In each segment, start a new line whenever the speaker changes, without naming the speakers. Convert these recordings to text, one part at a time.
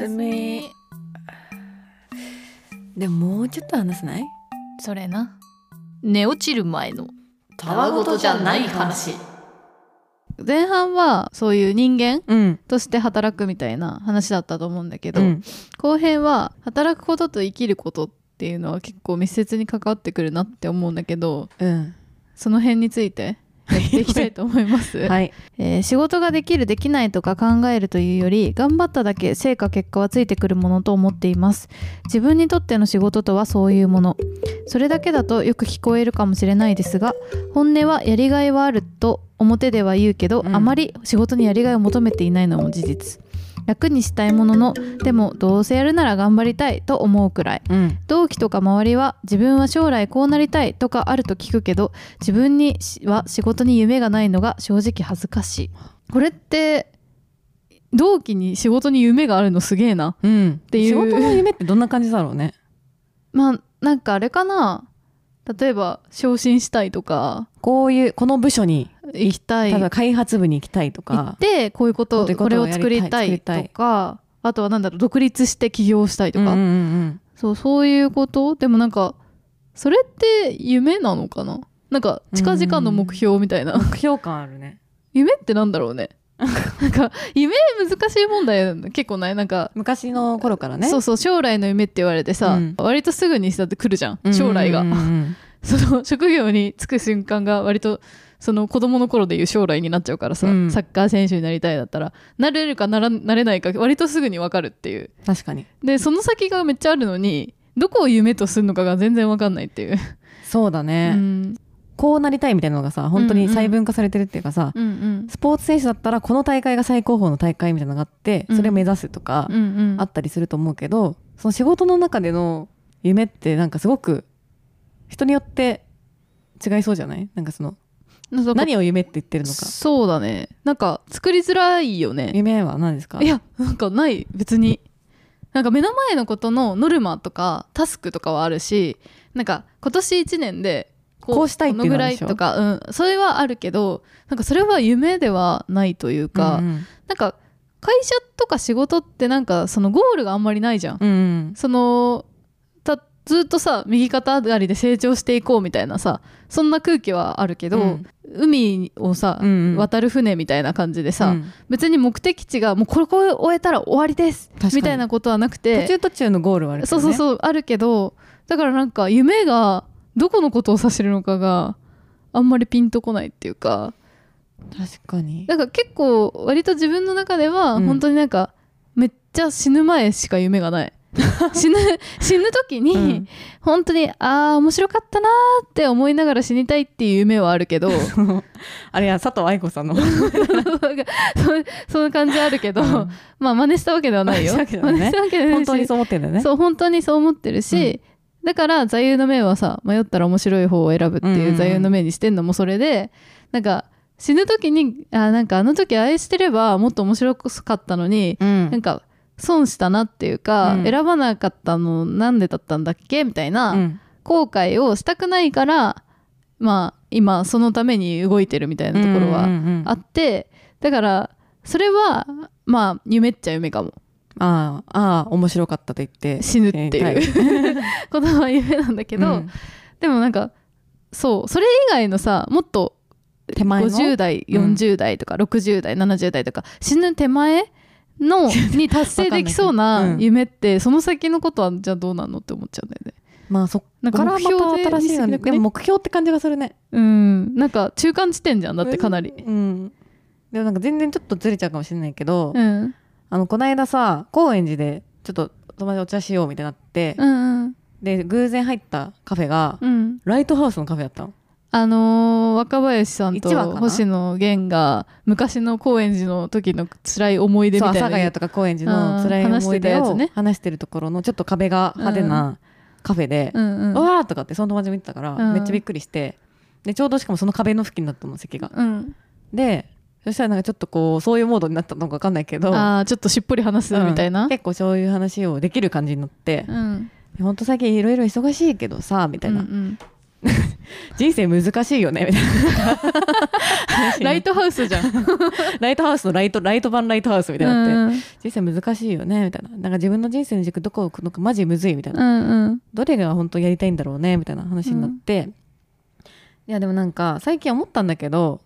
休みでももうちょっと話せない
それな寝落ちる前の
たわごとじゃない話
前半はそういう人間
うん、
として働くみたいな話だったと思うんだけど、後編は働くことと生きることっていうのは結構密接に関わってくるなって思うんだけど
うん、
その辺についてやっていきたいと思います、
はい
えー仕事ができるできないとか考えるというより頑張っただけ成果結果はついてくるものと思っています自分にとっての仕事とはそういうものそれだけだとよく聞こえるかもしれないですが本音はやりがいはあると表では言うけど、
うん
あまり仕事にやりがいを求めていないのも事実楽にしたいもののでもどうせやるなら頑張りたいと思うくらい
うん、
同期とか周りは自分は将来こうなりたいとかあると聞くけど自分にしは仕事に夢がないのが正直恥ずかしいこれって同期に仕事に夢があるのすげえな
うん、
ていう
仕事の夢ってどんな感じだろうね
まあなんかあれかな例えば昇進したいとか
こういうこの部署に
行きたい
例えば開発部に行きたいと
行っ
か
てこういうこと
こういう
こ
ことを
れを
やりたい
作りた
作
い
りたい
とかあとはなんだろう独立して起業したいと
うん
か、
うんうん
そうそういうことでもなんかそれって夢なのかななんか近々の目標みたいな、
目標感あるね
夢ってなんだろう ねなんか夢難しい問題結構ないなんか、
昔の頃からね
そうそう将来の夢って言われてさ、
うん
割とすぐにさ来るじゃ
うん
ん将来が、
うんうんうん
その職業に就く瞬間が割とその子供の頃でいう将来になっちゃうからさ、
うん
サッカー選手になりたいだったらなれるかならなれないか割とすぐに分かるっていう
確かに
でその先がめっちゃあるのにどこを夢とするのかが全然分かんないっていう、
そうだ
う
ね、
ん、
こうなりたいみたいなのがさ本当に細分化されてるっていうかさ、
うんうん
スポーツ選手だったらこの大会が最高峰の大会みたいなのがあって
うん
それを目指すとか
うんうん
あったりすると思うけど、その仕事の中での夢ってなんかすごく人によって違いそうじゃないなんかその
なんか
何を夢って言ってるのか
そうだねなんか作りづらいよね
夢は何ですか
いやなんかない別になんか目の前のことのノルマとかタスクとかはあるしなんか今年1年でこ
こうしたいっていうの
このぐ
はあ
ら
るで
い
しょ
とか、うん、それはあるけどなんかそれは夢ではないというか、
うん
なんか会社とか仕事ってなんかそのゴールがあんまりないじゃん、
うん、うん
そのたずっとさ右肩上がりで成長していこうみたいなさそんな空気はあるけど、
うん
海をさ、
うんうん
渡る船みたいな感じでさ、
うん
別に目的地がもうここを終えたら終わりです
確かに
みたいなことはなくて
途中途中のゴールはあるけ
そ
ど
う
ね
そうそうあるけどだからなんか夢がどこのことを指してるのかがあんまりピンとこないっていうか
確か に
なんか結構割と自分の中では
うん
本当になんか、めっちゃ死ぬ前しか夢が ない死ぬ死ぬ時に、
うん
本当にああ面白かったなーって思いながら死にたいっていう夢はあるけ ど
あれや佐藤愛子さんの
そその感じあるけど、
うん
まあ真似したわけではないよ
真似したわけではな
真似し
い
たわけではない
本
し
当にそう思ってるんだよね
そう本当にそう思ってるし、だから座右の銘はさ迷ったら面白い方を選ぶって
うんうん
いううん座右の銘にしてんのもそれで、なんか死ぬ時にあなんかあの時あれしてればもっと面白かったのに、
うん
なんか損したなっていうか、
うん
選ばなかったのなんでだったんだっけみたいな、
うん
後悔をしたくないからまあ今そのために動いてるみたいなところ
うん
は
うんうん
あって、だからそれはまあ夢っちゃ夢かも
ああああ面白かったと言って
死ぬっていう、
はい
ことは夢なん だけど、
うん
でもなんかそうそれ以外のさもっと
手前の
50代
うん
40代とか60代70代とか死ぬ手前 のに達成できそう
わかんな
な
いけどうん
夢ってその先のことはじゃあどうなのって思っちゃうんだよね。
まあそっ
なんか
からま
目標で
た新しいよ
見せて
ね
なくね
でも目標って感じがするね
うん、なんか中間地点じゃんだってかなり。
うんでもなんか全然ちょっとずれちゃうかもしれないけど、
うん、
あのこないださ高円寺でちょっと友達でお茶しようみたいになって、
うん、うん、
で偶然入ったカフェが、
うん。
ライトハウスのカフェだったの
あのー若林さんと
一話かな
星野源が昔の高円寺の時の辛い思い出み
そう
た
阿
いな
佐ヶ谷とか高円寺の辛い思い出
あー話してたや
を
つね
話してるところのちょっと壁が派手なカフェで、
うんうん、
うわーとかってその友達も言ってたから、
うん
めっちゃびっくりしてでちょうどしかもその壁の付近だったの席が
うん、
でそしたらなんかちょっとこうそういうモードになったのか分かんないけど
あーちょっとしっぽり話すみたいな、
うん結構そういう話をできる感じになって
う、ん、
ほんと最近いろいろ忙しいけどさみたいな、
うんうん
人生難しいよねみたいな話しい
ラ
ね
イトハウスじゃん。
ライトハウスのライトライト版ライトハウスみたいになっ
う
て、
ん
人生難しいよねみたいななんか自分の人生の軸どこを置くのかマジむずいみたいな、
うん
どれが本当やりたいんだろうねみたいな話になって、いやでもなんか最近思ったんだけど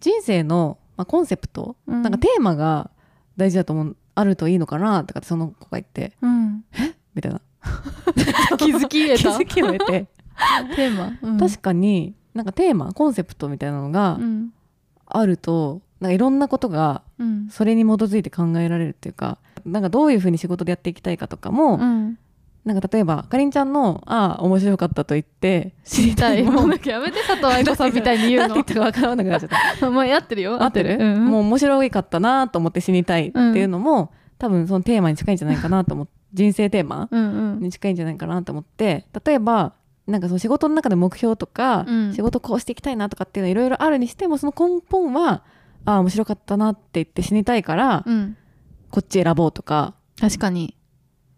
人生の、まあ、コンセプト、
うん
なんかテーマが大事だと思うあるといいのかなとかってその子が言って
うん。
みたいな
気づき得
気
た
づきを得て、
テーマ。うん
確かになんかテーマコンセプトみたいなのが
うん
あると、なんかいろんなことが
うん
それに基づいて考えられるっていうかなんかどういうふうに仕事でやっていきたいかとかも、
うん
なんか例えばかりんちゃんの「ああ面白かった」と言って
知りたい。
もう
もうなんかやめて佐藤 愛子さんみたいに言う
何言ったか分からなくなっちゃった
の。も う合ってるよ。
合ってる、
うん
もう面白かったなと思って死にたいっていうのも、多分そのテーマに近いんじゃないかなと思って人生テーマ
うんうん
に近いんじゃないかなと思って例えばなんかその仕事の中で目標とか、
うん
仕事こうしていきたいなとかっていうのはいろいろあるにしてもその根本はああ面白かったなって言って死にたいから、
うん。
こっち選ぼうとか
確かに。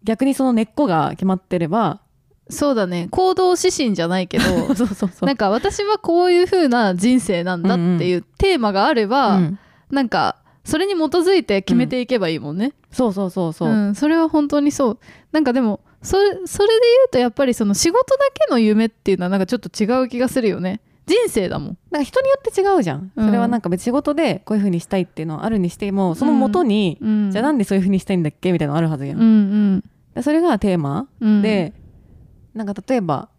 逆にその根っこが決まってれば
そうだね。行動指針じゃないけど。
そうそうそ
なんか私はこういう風な人生なんだっていうテーマがあれば、
うん
なんかそれに基づいて決めていけばいいもんね。
そうそうそうそうう、
ん、それは本当にそう。なんかでもそれそれで言うとやっぱりその仕事だけの夢っていうのはなんかちょっと違う気がするよね。人生だもん。
なんか人によって違うじゃん、
うん
それはなんか別に仕事でこういう風にしたいっていうのはあるにしてもその元に、
うん、
じゃあなんでそういう風にしたいんだっけみたいなのあるはずやん、
うんうん
でそれがテーマ、
うん、
でなんか例えば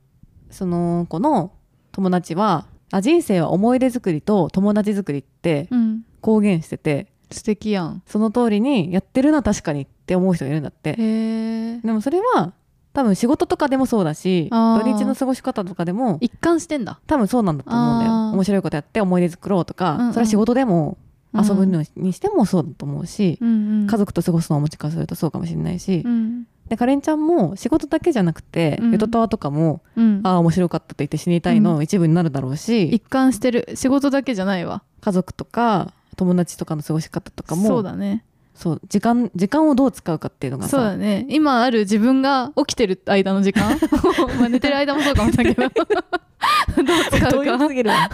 その子の友達はあ人生は思い出作りと友達作りって
うん、
公言してて
素敵やん。
その通りにやってるな確かにって思う人がいるんだっ
へ
て
え。
でもそれは多分仕事とかでもそうだし
あ
土
ー
日の過ごし方とかでも
一貫してんだ。
多分そうなんだと思うんだよ
あー
面白いことやって思い出作ろうとか、
うんうん
それは仕事でも
うん
遊ぶのにしてもそうだと思うし、
うんうん、
家族と過ごすのはもしかするとそうかもしれないし、
うん
でカレンちゃんも仕事だけじゃなくて、
うん
ゆとたわとかも、
うん、
ああ面白かったと言って死にたいの一部になるだろうし、
一貫してる仕事だけじゃないわ。
家族とか友達とかの過ごし方とかも
そうだね。
そう時間時間をどう使うかっていうのが
そうだ
さ
ね今ある自分が起きてる間の時 間まあ寝てる間もそうかもしれないけ どどう使うか
ぎるわ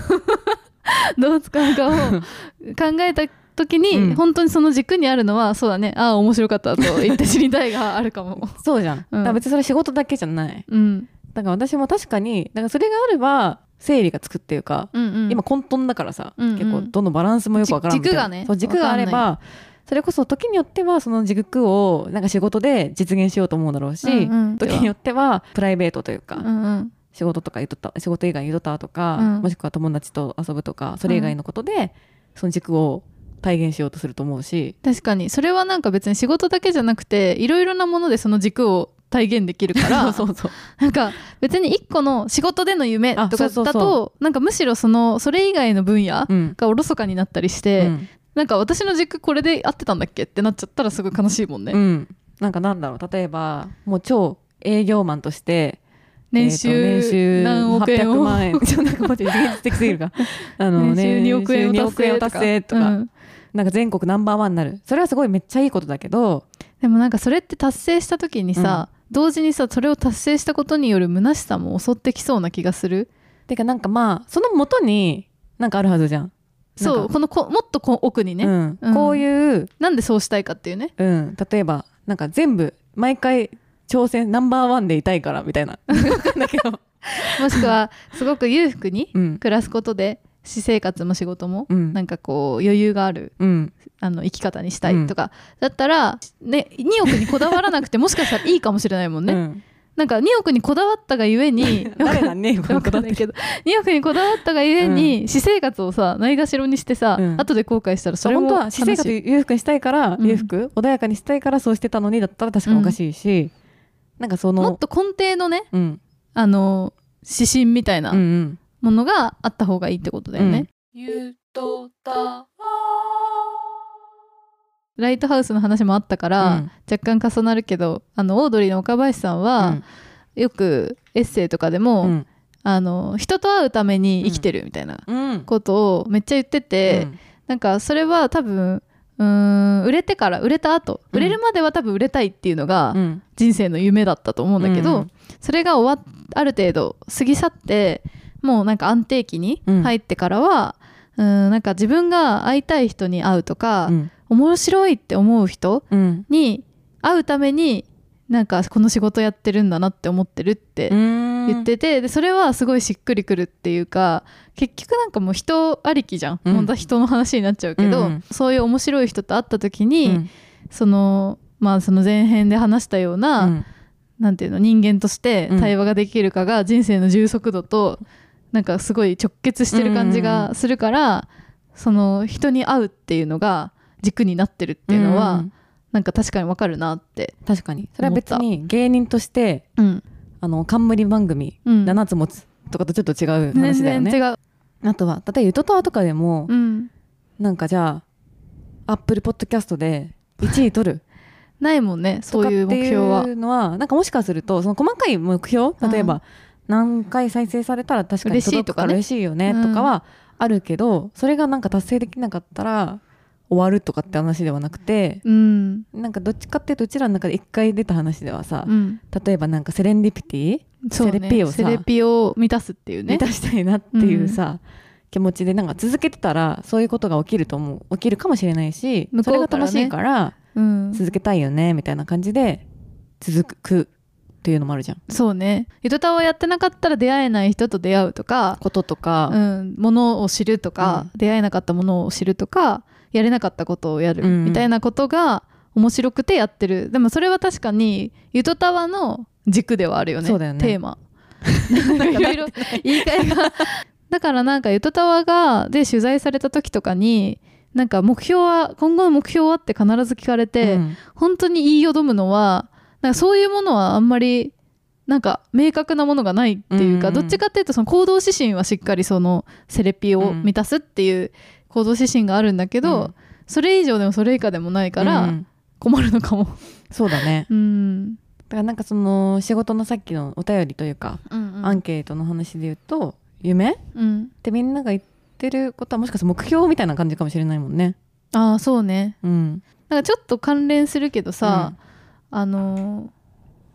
どう使うかを考えた時に、
うん
本当にその軸にあるのはそうだねああ面白かったと言って知りたいがあるかも
そうじゃん、だから別にそれ仕事だけじゃない
うん
だから私も確かにだからそれがあれば整理がつくっていうか、
うんうん
今混沌だからさ、
うんうん
結構どのバランスもよくわからん
じ軸が
みたい
ね
なそう軸があれ
わ
ばそれこそ時によってはその軸をなんか仕事で実現しようと思うだろうし、
うんうん
時によってはプライベートというか、
うんうん
仕事とかゆとった仕事以外ゆとたとか、
うん
もしくは友達と遊ぶとかそれ以外のことで、その軸を体現しようとすると思 うし
確かにそれはなんか別に仕事だけじゃなくていろいろなものでその軸を体現できるから
そうそう
なんか別に一個の仕事での夢と
あそ
か
うそう
だ
そ
となんかむしろそのそれ以外の分野
うん、
がおろそかになったりし
う
て、
ん
なんか私の軸これで合ってたんだっけってなっちゃったらすごい悲しいもんね、
うんなんかなんだろう例えばもう超営業マンとして
年収,、
えーと年収
何億円
800
を
万円 ちょなんか待って現実的すぎるか あの
年収2億円を達成とか
とか、
うん
なんか全国ナンバーワンになるそれはすごいめっちゃいいことだけど
でもなんかそれって達成した時にさ、同時にさそれを達成したことによる虚しさも襲ってきそうな気がする
てかなんかまあその元になんかあるはずじゃん
そ
なん
う
か
このこもっとこ奥にね、
うん
うん
こういう、
なんでそうしたいかっていう ね
うん、例えばなんか全部毎回挑戦ナンバーワンでいたいからみた いなわかんないけど、
もしくはすごく裕福に
うん
暮らすことで私生活も仕事も、
うん
なんかこう余裕がある
うん、
あの生き方にしたいとか、だったら、ね、2億にこだわらなくてもしかしたらいいかもしれないもんね、
うん、
なんか2億にこだわったがゆえに
誰がね
わかんないけど2億にこだわったがゆえに、私生活をさないがしろにしてさ、
うん
後で後悔したらそ
そう
れも
本当は私生活
悲しい
裕福にしたいから、
うん
裕福穏やかにしたいからそうしてたのにだったら確かにおかしいし、なんかその
もっと根底のね
うん
あの指針みたいな
うんうん
ものがあった方がいいってことだよね、
うん
ゆとた
ライトハウスの話もあったから、若干重なるけどあのオードリーの岡林さん
う
は
ん、
よくエッセイとかでも、
うん
あの人と会うために生きてるみたいな
うん
ことをめっちゃ言ってて、
うん
なんかそれは多分うーん売れてから売れた後
う
売
ん
れるまでは多分売れたいっていうのが
うん
人生の夢だったと思うんだけど、
うん
それが終わっある程度過ぎ去ってもうなんか安定期に入ってからは、うんなんか自分が会いたい人に会うとか、
うん
面白いって思う人
うん
に会うためになんかこの仕事やってるんだなって思ってるって言ってて、でそれはすごいしっくりくるっていうか結局なんかもう人ありきじゃん、
うん
本当は人の話になっちゃうけど、
うんうん
そういう面白い人と会った時に、
うん
そのまあその前編で話したような、
うん
なんていうの人間として
うん
対話ができるかが人生の充足度となんかすごい直結してる感じがするから、その人に会うっていうのが軸になってるっていうのは、
うん
なんか確かにわかるなって。
確かにそれは別に芸人として
うん
あの冠番組
うん、
7つ持つとかとちょっと違う
全
話だよ
然
ね。
違う。
あとは例えば「ゆとたわ」とかでも、
うん、
なんかじゃあアップルポッドキャストで1位 取る
ないもんね
と
そ
か
う
って
いう目
い
標は。
うのはなんかもしかするとその細かい目標例えば何回再生されたら確かに
嬉しい
届く
とか
から
ね
嬉しいよねとかはあるけど、それがなんか達成できなかったら終わるとかって話ではなくて。
うん、
なんかどっちかっていうとうちらの中で一回出た話ではさ、
うん
例えばなんかセレンディピティ
そうね
セレピをさ
セレピを満たすっていうね
満たしたいなっていうさ、気持ちでなんか続けてたらそういうことが起きると思う起きるかもしれないし、
向
そ
こ
れ
う
が
からね
楽しいから
うん、
続けたいよねみたいな感じで続くっていうのもあるじゃん。
そうねゆとたわやってなかったら出会えない人と出会うとか、
ことと
う
か、
ん、ものを知るとか、出会えなかったものを知るとかやれなかったことをやる
うん
みたいなことが面白くてやってる、でもそれは確かにゆとたわの軸ではあるよね
そうだよね
テー マなんかいろいろ言い換えがだからなんかゆとたわがで取材された時とかになんか目標は今後の目標はって必ず聞かれて、
うん
本当に言いよどむのはなんかそういうものはあんまりなんか明確なものがないっていうか、
うんうんう
ど
ん
っちかっていうとその行動指針はしっかりそのセレピを満たすっていう行動指針があるんだけど、
うん
それ以上でもそれ以下でもないか
う
ら
ん
困るのか も。
そうだね
うん
だからなんかその仕事のさっきのお便りというか、
うん
アンケートの話で言うと夢っ
うん、
てみんなが言ってることはもしかしたら目標みたいな感じかもしれないもんね。
ああそうね
うん、
なんかちょっと関連するけどさ、あのー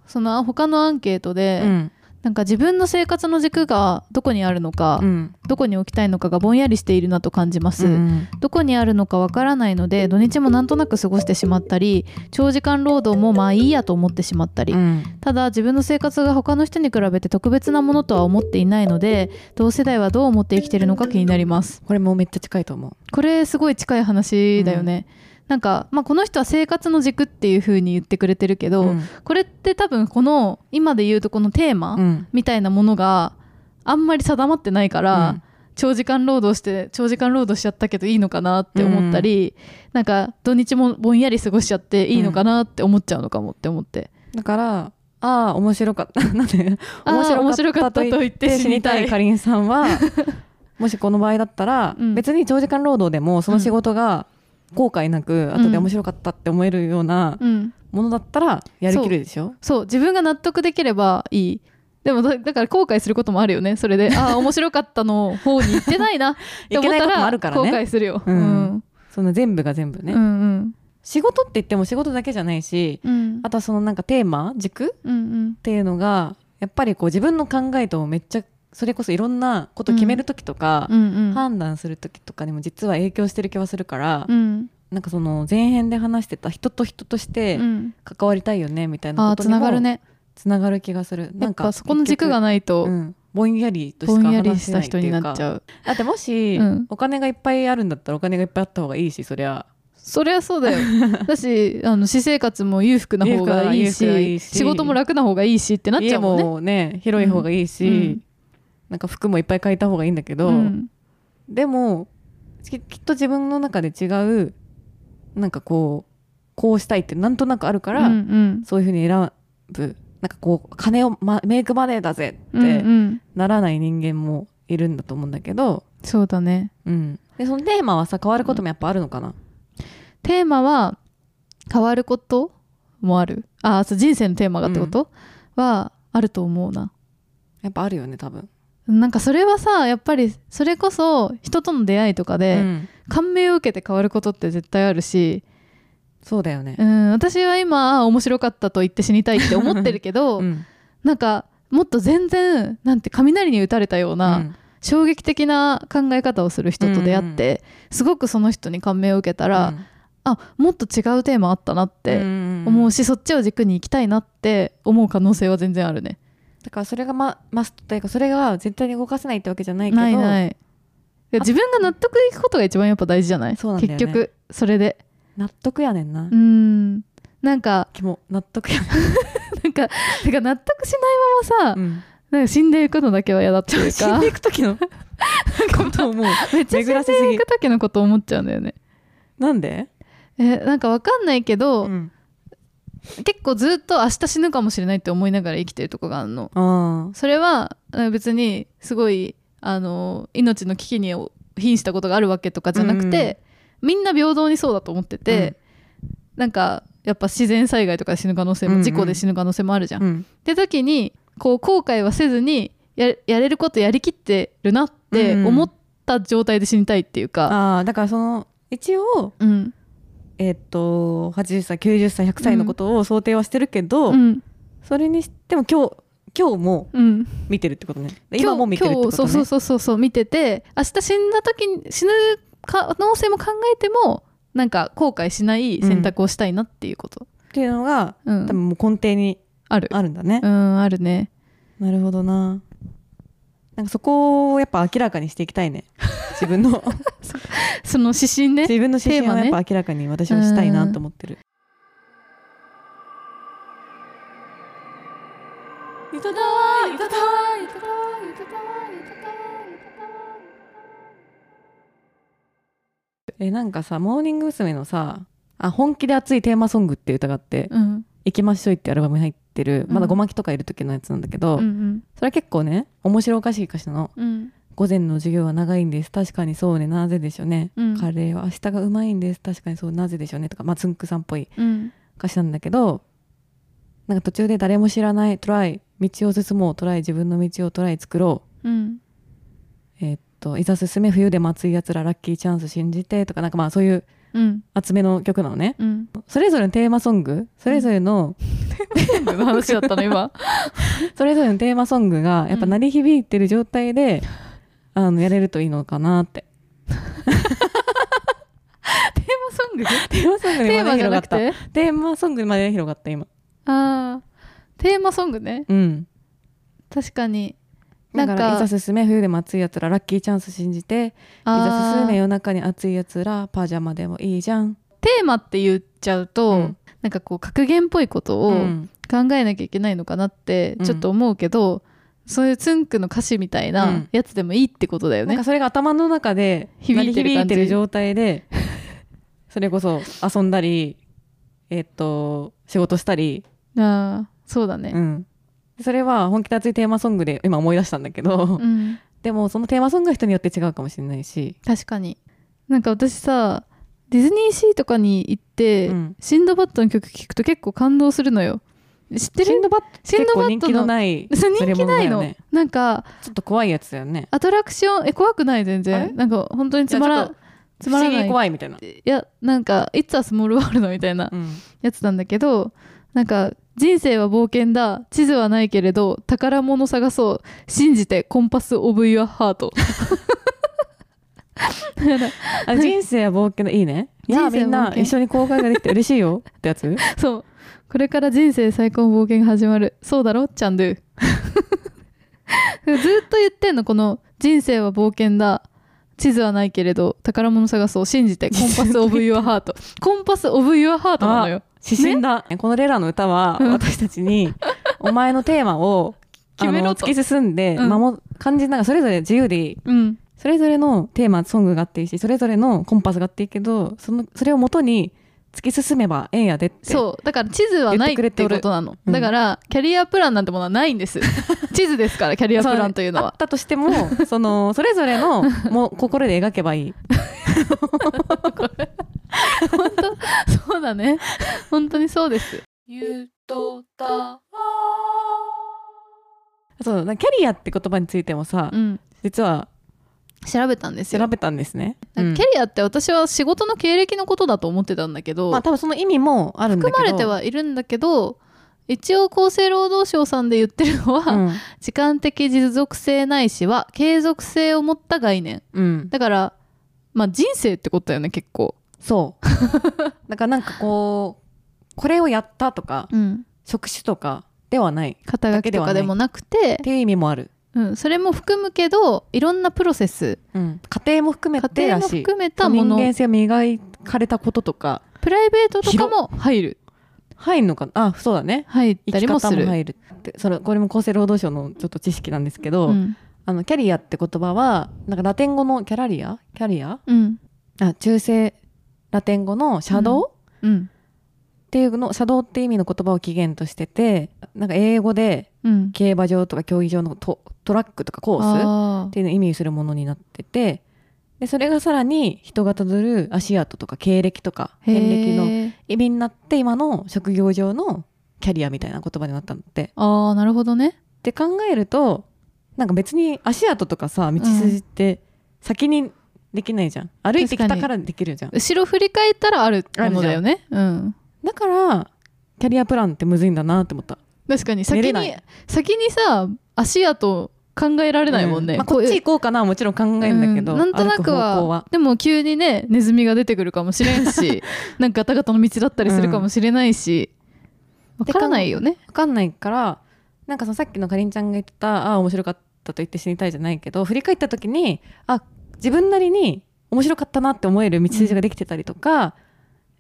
その他のアンケート
う
で、
ん
なんか自分の生活の軸がどこにあるのか、
うん
どこに置きたいのかがぼんやりしているなと感じます、
うん
どこにあるのかわからないので土日もなんとなく過ごしてしまったり長時間労働もまあいいやと思ってしまったり、
うん
ただ自分の生活が他の人に比べて特別なものとは思っていないので同世代はどう思って生きてるのか気になります
これもめっちゃ近いと思う。
これすごい近い話だよね、なんか、まあ、この人は生活の軸っていう風に言ってくれてるけど、
うん
これって多分この今で言うとこのテーマ
ん
みたいなものがあんまり定まってないから、長時間労働して長時間労働しちゃったけどいいのかなって思ったり、なんか土日もぼんやり過ごしちゃっていいのかなって思っちゃうのかもって思って、
だからああ面白かった なんで
あー
面白かったと言って死にたいかりんさんは もしこの場合だったら、
うん
別に長時間労働でもその仕事が後悔なく
うん
後で面白かったって思えるような
うん、
ものだったらやりきるでしょ、
そう自分が納得できればいいでもだだから後悔することもあるよねそれで ああ面白かったの方に行ってないなって
い
思
け
っ
ない
た
ことも
ら
あるから
後
ね
悔するよ、
う
うんんうん
その全部が全部
う
ね、
ん
仕事って言っても仕事だけじゃないし
うん
あとはそのなんかテーマ軸っ
うんうん
ていうのがやっぱりこう自分の考えとめっちゃそれこそいろんなこと決める時とか、
うんうん
判断する時とかにも実は影響してる気はするから、
うん
なんかその前編で話してた人と人として
うん
関わりたいよねみたいな
あ
こ
あ
と
つ
にも
ながるね
つながる気がする
や
な
っ
んか
ぱそこの軸が
な
ないと
うん、ぼんやりとし
ぼ
か
んやり
話
し
せ
た
ないって
人
い
に
う
な
か
っちゃう
だってもし、
うん
お金がいっぱいあるんだったらお金がいっぱいあった方がいいしそりゃ
そりゃそう だよだしあの私生活も裕福な方がいいし
裕福がいいし
仕事も楽な方がいいしってなっち
家
ゃうもんね。
もね広い方がいいし、
うん
なんか服もいっぱい買えた方がいいんだけど、
うん
でもききっと自分の中で違うなんかこうこうしたいってなんとなくあるから、
うんうん
そういうふうに選ぶなんかこう金を、ま、メイクマネーだぜ
う
っ
ん
て
うん
ならない人間もいるんだと思うんだけど、
そうだね
うん、でそのテーマはさ変わることもやっぱあるのかな、
テーマは変わることもあるあそう人生のテーマがってこと、はあると思うな。
やっぱあるよね多分、
なんかそれはさやっぱりそれこそ人との出会いとか
う
で
ん
感銘を受けて変わることって絶対あるし、
そうだよね
う、ん、私は今あ面白かったと言って死にたいって思ってるけど、
うん
なんかもっと全然なんて雷に打たれたような、
うん
衝撃的な考え方をする人と出会って、すごくその人に感銘を受けたら、あもっと違うテーマあったなって思う
し
し、そっちを軸に行きたいなって思う可能性は全然あるね。
だからそれがまマストというかそれが絶対に動かせないってわけじゃないけど
ないない自分が納得いくことが一番やっぱ大事じゃない
そうなんだよね
結局それで
納得やねんな、
うんなんか
きも納得やね
なんかなんか納得しないままさ、
ん、うん、
なんか死んでいくのだけは嫌だっていう
死ん
か
でいく時のことをもう
めっちゃ死
巡ら
ん
せす
でい
ぎ
く時のこと思っちゃうんだよね
なんで、
えなんかわかんないけど、
ん、
結構ずっと明日死ぬかもしれないって思いながら生きてるとこがあるの
あ
それはうん別にすごいあの命の危機に瀕したことがあるわけとかじゃなくて、みんな平等にそうだと思ってて、なんかやっぱ自然災害とかで死ぬ可能性
うんう
も
ん
事故で死ぬ可能性もあるじゃ
あ
ん。って時にこう後悔はせずにややれることやりきってるなって
うんうん
思った状態で死にたいっていうか。
あーだからその一応
うん
えーっと80歳90歳100歳のことを想定はしてるけど、
うん
それにしても今日今日も
うん、
見てるってことねで今も見てるってことね
今日そうそうそうそう見てて明日死んだ時に死ぬ可能性も考えてもなんか後悔しない選択をしたいなっていうこと、
っていうのが
うん
多分もう根底に
ある
あるんだね
う、んあるね
なるほどななんかそこをやっぱ明らかにしていきた いね自分の
その指針ね
自分の指
テー
針を
マ
や
ね
っぱ明らかに私はしたいなと思ってる、
ゆたたわゆたたわゆたたわゆたたわゆたたわ
えなんかさモーニング娘。のさあ本気で熱いテーマソングっていう歌があって
うん
「行きましょい」ってアルバムに入ってるまだ
うん
ごまきとかいる時のやつなんだけど、
うん
それは結構ね面白おかしい歌詞なの
うんうん
「午前の授業は長いんです確かにそうねなぜでしょうね」
うん
カレーは明日がうまいんです確かにそうなぜでしょうね」とかまあつんくさんっぽい
うん
歌詞なんだけどなんか途中で誰も知らないトライ道を進もうトライ自分の道をトライ作ろう
うん
えーっといざ進め冬で待つやつらラッキーチャンス信じてとかなんかまあそういう
うん
厚めの曲なのね
うん
それぞれのテーマソングそれぞれの、
全部の話だったの 今
それぞれのテーマソングがやっぱ鳴り響いてる状 態で、あのやれるといいのかなって
テーマソング
テーマソングに
テー
ま
マ
で
じゃ
広が
な
っ
く
たテ
て
ーマソングにまで広がった今
ああテーマソングね
うん
確かにな
だ
んか
からいざ進め冬で待つやつらラッキーチャンス信じていざ進め夜中に暑いやつらパジャマでもいいじゃん
テーマって言っちゃうと、
うん
なんかこう格言っぽいことを
うん
考えなきゃいけないのかなって
うん
ちょっと思うけど、そういうツンクの歌詞みたいうなんやつでもいいってことだよ
なん
ね
か。それが頭の中で
響
鳴り
いてる感じ
響いてる状 態でそれこそ遊んだりえっと仕事したり、
ああそうだ
う
ね。
ん、それは本気で熱いテーマソングで今思い出したんだけど、
うん
でもそのテーマソングは人によって違うかもしれないし、
確かに。なんか私さディズニーシーとかに行って、
うん
シンドバッドの曲聴くと結構感動するのよ。知って
シン
る
ドバッド
シン
結
ドバ
構
ッ
人
ド
気の
の
ない
そう人気ないの、
乗り物だよね
なんか
ちょっと怖いやつだよね
アトラクションえ怖くない全
あれ
然なんか本当につま
じゃあ
ら
ちょっと
つまら
不思
な
議
い
怖いみたいな、
いやなんか「いつはスモールワールド」みたいな
うん
やつなんだけどなんか人生は冒険だ地図はないけれど宝物探そう信じてコンパス・オブ・ユア・ハート
あ人生は冒険だいいねいや
人生
み
は
ん
冒険
な一緒に公開ができて嬉しいよってやつ
そうこれから人生最高の冒険が始まるそうだろチャンドゥ ずっと言ってんのこの「人生は冒険だ地図はないけれど宝物探そう信じてコンパス・オブ・ユア・ハート」コンパス・オブ・ユア・ハートなのよ
指針だ、このレラの歌は
うん
私たちにお前のテーマを
決めろと
あの突き進んで、
うん
守感じながらそれぞれ自由でいい
うん
それぞれのテーマソングがあっていいしそれぞれのコンパスがあっていいけどそのそれをもとに突き進めばええんやでって
そうだから地図はない
言ってくれ
っ
って
て
いうこ
こととなの、
うん
だからキャリアプランなんてものはないんです 地図ですからキャリアプランというの
あ
は
ったとして もそのそれぞれのもう心で描けばいい
本当そうだね 本当にそうです
ゆとたわ
そうなキャリアって言葉についてもさ、
うん
実は
調べたんですよ
調べたんですね、
なんか
うん
キャリアって私は仕事の経歴のことだと思ってたんだけど、
まあ多分その意味もあるんだけど
含まれてはいるんだけど一応厚生労働省さんで言ってるのは、
うん
時間的持続性ないしは継続性を持った概念
うん、
だからまあ人生ってことだよね結構、
そう だからなんかこうこれをやったとか職種とかではないっ
肩書きとかでもなくて
ていう意味もある、
うん、それも含むけどいろんなプロセス
うん、家庭も含め
家
て
庭
ら
も
しい
含めたもの
人間性磨かれたこととか
プライベートとかも入る
入るのかなあそうだね
入っ
生
た
き
りもす
方も
る。
入るってそれこれも厚生労働省のちょっと知識なんですけど、
うん
あのキャリアって言葉はなんかラテン語のキャラリアキャリア
うん
あ中世ラテン語のシャドウ、
うん
っていうのシャドウって意味の言葉を起源としててなんか英語で
うん
競馬場とか競技場のトトラックとかコース
あー
っていうのを意味するものになっててでそれがさらに人がたどる足跡とか経歴とか
へー
遍歴の意味になって今の職業上のキャリアみたいな言葉になったんだって。
あーなるほどね。
って考えるとなんか別に足跡とかさ道筋って先にできないじゃん歩いてきたからできるじゃん
後ろ振り返ったらあるものだよね。うん
だからキャリアプランってむずいんだなって思った
確かに
寝れ
先
な
に
い
先にさ足跡考えられないもんね。
うまあ、こっち行こうかなはもちろん考えんだけど、
うんなんとなく
歩方
は
向
でも急にねネズミが出てくるかもしれ んしなんかガタガタの道だったりするかもしれないし、わからないよね
分かんないからなんかそのさっきのかりんちゃんが言ってたああ面白かったと言って死にたいじゃないけど振り返った時にあ自分なりに面白かったなって思える道筋ができてたりとか、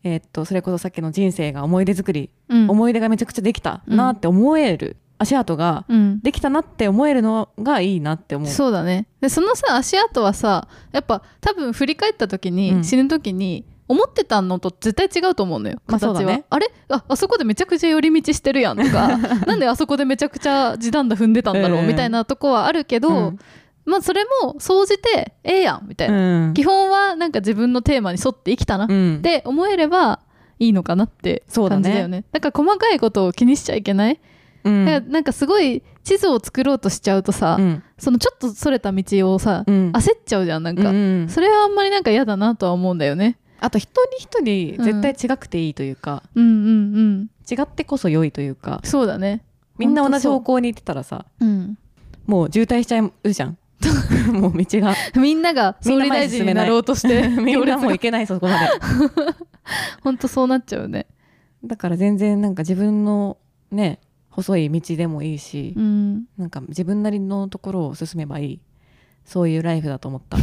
えーっとそれこそさっきの人生が思い出作り、
うん
思い出がめちゃくちゃできたなって思える、足跡が
うん
できたなって思えるのがいいなって思う。
そうだねでそのさ足跡はさやっぱ多分振り返った時に、
うん
死ぬ時に思ってたのと絶対違うと思うのよ
まあ
形は、
そうだね
あれああそこでめちゃくちゃ寄り道してるやんと かなんであそこでめちゃくちゃ時短だ踏んでたんだろ
う
うんみたいなとこはあるけど、
うん
まあそれも総じてええやんみたいな、
うん
基本はなんか自分のテーマに沿って生きたな
うん
って思えればいいのかなって
そうだ
感
ね
じだよね。なんか細かいことを気にしちゃいけない、
うん
だからなんかすごい地図を作ろうとしちゃうとさ、
うん
そのちょっとそれた道をさ、
うん
焦っちゃうじゃんなんか、
うん
それはあんまりなんか嫌だなとは思うんだよね。
あと一人一人絶対違くていいというか、
うんうんうん
違ってこそ良いというか
そうだね。
みんな同じ
ほ
方
んと
向に行ってたらさ
そううん、
もう渋滞しちゃう じゃんもう道 が
みんなが総理大臣になろうとして
みんなもう
行
行けないそこまで
本当そうなっちゃうね。
だから全然なんか自分のね細い道でもいいし、
うん
なんか自分なりのところを進めばいいそういうライフだと思った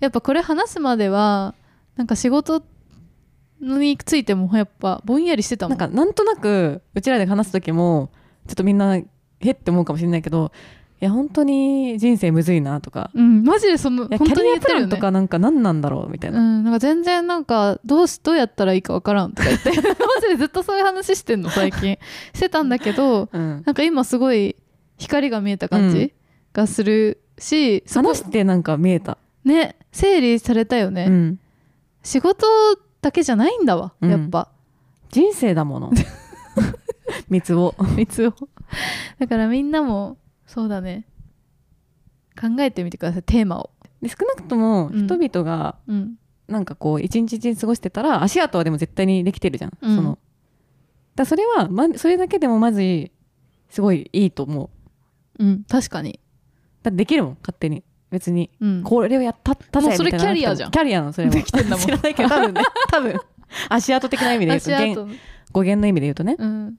やっぱこれ話すまではなんか仕事についてもやっぱぼんやりしてたも
なん
ん
かなんとなくうちらで話す時もちょっとみんなへって思うかもしれないけどいや本当に人生むずいなとか
うんマジでその
いや
本
キャ
当に
リ
言
ア
っ
プ
てる
ラ
よ
ンと
ね
かなんか何なんだろうみたいうな、
ん、なんか全然なんかどうしどうやったらいいかわからんとか 言ってマジでずっとそういう話してんの最近してたんだけど
うん、
なんか今すごい光が見えた感
う
じ
ん
がするし、すごい
話してなんか見えた、
ね整理されたよね、
うん、
仕事だけじゃないんだわ
うん
やっぱ、
人生 だもの三つを
三つをだからみんなもそうだね考えてみてくださいテーマを
で少なくとも
うん
人々が
うん
なんかこう一日一日過ごしてたら足跡はでも絶対にできてるじゃん、
うん
そのだからそれは、ま、それだけでもまずすごいいいと思う
うん確かに
だってできるもん勝手に別に
うん
これをやったったぜ
もうそれ
みたいな
キャリアじゃん
キャリアのそれは
できてんだもん
知 らないけど多分ね多分足跡的な意味で言うと
足
言
跡
語源の意味で言うとね
うん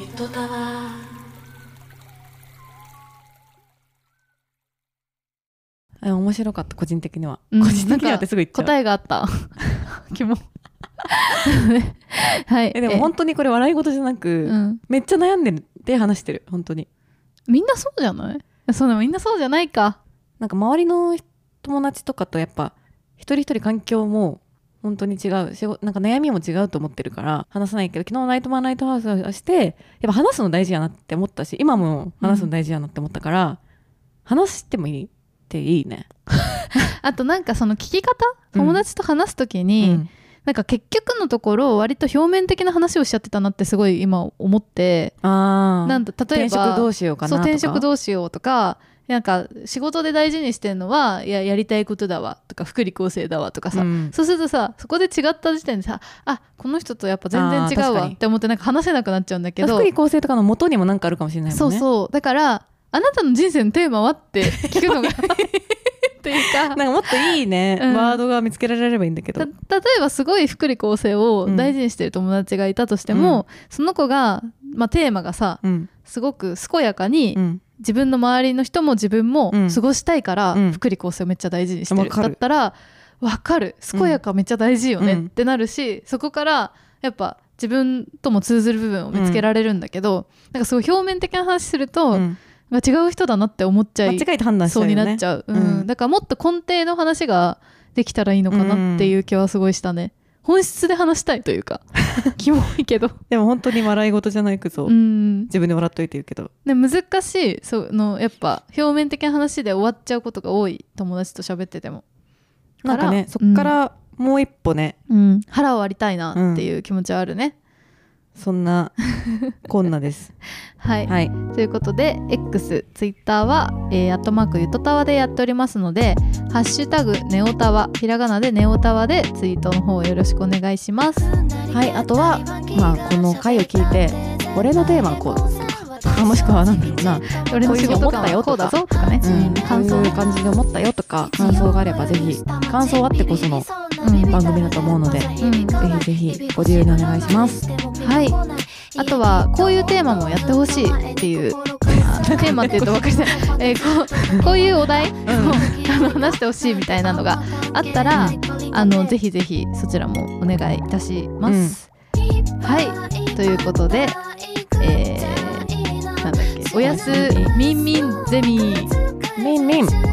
ゆとたわ
あ面白かった個人的には、
うん
個人的にはってすぐ言っちゃう
答えがあった キモ はい
えでも本当にこれ笑い事じゃなく、
うん、
めっちゃ悩んでるって話してる本当に
みんなそうじゃないそうだみんなそうじゃないか
なんか周りの友達とかとやっぱ一人一人環境も本当に違う仕事なんか悩みも違うと思ってるから話さないけど昨日ナイトマンナイトハウスをしてやっぱ話すの大事やなって思ったし今も話すの大事やなって思ったから、話してもいいっていいね、
あとなんかその聞き方
うん
友達と話す時に、
うん
なんか結局のところ割と表面的な話をしちゃってたなってすごい今思って、
ああ
なんだ例えば
転職どうしようかなと
そう
か
転職どうしようとかなんか仕事で大事にしてるのはいややりたいことだわとか福利厚生だわとかさ、
うん
そうするとさそこで違った時点でさあこの人とやっぱ全然違う
あー確か
わ
に
って思ってなんか話せなくなっちゃうんだけど
福利厚生とかの元にも何かあるかもしれない
そ
も
う
んね
そうだからあなたの人生のテーマはって聞く のがっていうか
なんかもっといいね、
うん
ワードが見つけられればいいんだけど
た例えばすごい福利厚生を大事にしてる友達がいたとしても、その子が、まあ、テーマがさ
うん
すごく健やかに、
うん
自分の周りの人も自分も
うん
過ごしたいから、
うん
福利厚生をめっちゃ大事にしてる
わかる
だったらわかる健やかめっちゃ大事よね、
うん
ってなるしそこからやっぱ自分とも通ずる部分を見つけられるんだけど、なんかすごい表面的な話すると、
うん
まあ違う人だなって思っちゃ
間
い
違えて判断しちゃ
そう
う
に
よね
なっちゃう、うん
うん
だからもっと根底の話ができたらいいのかなっていう気はすごいしたね、本質で話したいという かキモいけど
でも本当に笑い事じゃないくぞ、
うん
自分で笑っといて言うけど
で難しいそのやっぱ表面的な話で終わっちゃうことが多い友達と喋ってても
なんかね
から
そっからもう一歩ね、
うん腹を割りたいなっていう気持ちはあるね、
そ んなこんなです
はい、
はい
ということで X、Twitter は、えー、アットマークゆとたわでやっておりますので「ハッシュタグネオタワ」ひらがなでネオタワでツイートの方よろしくお願いします
はいあとはまあこの回を聞いて
俺のテーマはこうとかあもしくはなんだろうな
俺の仕事感はこうだぞとかね、
うん、
感
感
想
想いう感じで思ったよとか感想があればぜひ感想あってこその
うん
番組だと思うので、ぜ
うん
ひぜひご自由にお願いします
はいあとはこういうテーマもやってほしいっていうあテーマっていうと分かりづらい、えーこうこういうお題を、あの話してほしいみたいなのがあったらあのぜひぜひそちらもお願いいたします、はいということでえー、なんだっけおやすみんみんゼミ
みんみん